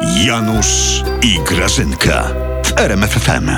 Janusz i Grażynka w RMFFM.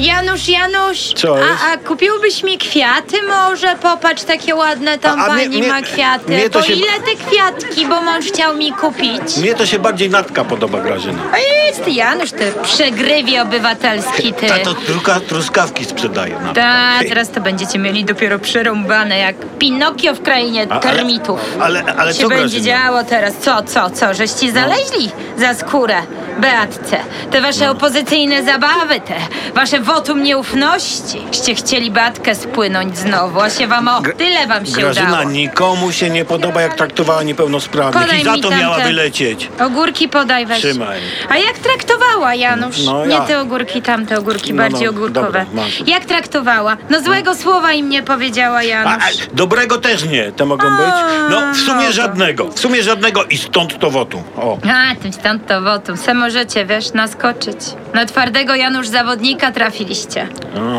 Janusz, Janusz, Co jest? A, a kupiłbyś mi kwiaty może? Popatrz, takie ładne tam A- a mnie- pani mnie- ma kwiaty. mnie to po się- ile te kwiatki, bo mąż chciał mi kupić? Mnie to się bardziej natka podoba Grażyna. A jest ty, Janusz, ty przegrywie obywatelski, ty. Tak. Tato truka, truskawki sprzedaje nam. Ta, teraz to będziecie mieli dopiero przerąbane jak Pinokio w krainie A- ale- termitów. ale- ale się co, No. będzie Grażyna? działo teraz? Co, co, co? Żeś ci zaleźli za skórę, Beatce. Te No. wasze opozycyjne zabawy, te wasze wotum nieufności. Ście chcieli Beatkę spłynąć znowu, a się wam o tyle wam się Grażyna udało. nikomu się nie podoba, jak traktowała niepełnosprawnych Podaj i za mi to tamte. miała wylecieć. Ogórki podaj weź. Trzymaj. A jak traktowała Janusz? No, Nie ja. te ogórki, tamte ogórki, No, no, bardziej ogórkowe. dobra, masz. jak traktowała? No złego słowa im nie powiedziała A, Janusz. a, dobrego też nie, te mogą być? No, w no to- sumie żadnego. W sumie żadnego i stąd to wotum. O. A, tym stąd to wotum. Se możecie, wiesz, naskoczyć. Na twardego Janusz zawodnika trafiliście. tak.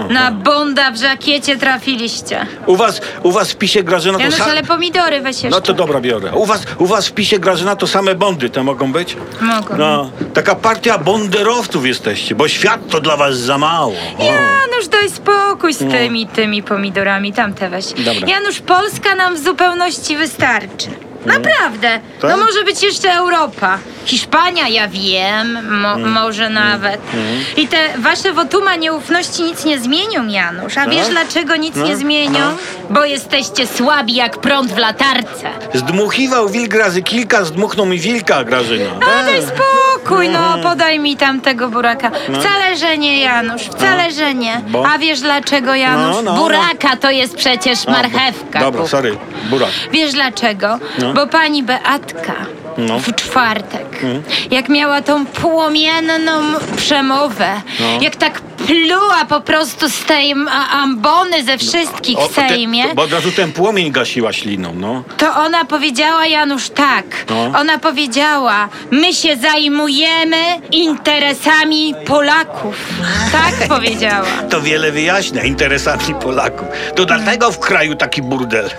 Na bonda w żakiecie trafiliście. U was, u was w pisie Grażyna No to Janusz, sa- ale pomidory weź jeszcze. No to dobra, biorę. U was, u was w pisie Grażyna to same bondy, te mogą być? Mogą. No, taka partia bonderowców jesteście, bo świat to dla was za mało. O. Janusz, daj spokój z tymi, tymi pomidorami. Tamte weź. No. Dobra. Janusz, Polska nam w zupełności wystarczy. Naprawdę. Tak? No może być jeszcze Europa. Hiszpania, ja wiem, mo- Mm. może nawet. I te wasze wotuma nieufności nic nie zmienią, Janusz. No. A wiesz dlaczego nic nie zmienią? Bo jesteście słabi jak prąd w latarce. Zdmuchiwał wilk razy kilka, zdmuchnął mi wilka, Grażyna. No daj spokój, no podaj mi tam tego buraka. Wcale, że nie, Janusz, wcale, że nie. No. Bo? A wiesz dlaczego, Janusz? No, no, no. buraka to jest przecież marchewka. Dobra, Bóg. sorry, burak. Wiesz dlaczego? No. Bo pani Beatka No. Mm. w czwartek, jak miała tą płomienną przemowę, No. jak tak pluła po prostu z tej m- a- ambony ze wszystkich w te- Sejmie, No, bo od razu ten płomień gasiła śliną, no. to ona powiedziała, Janusz, tak. No. Ona powiedziała, my się zajmujemy interesami Polaków. Tak powiedziała. To wiele wyjaśnia interesami Polaków. To dlatego w kraju taki burdel.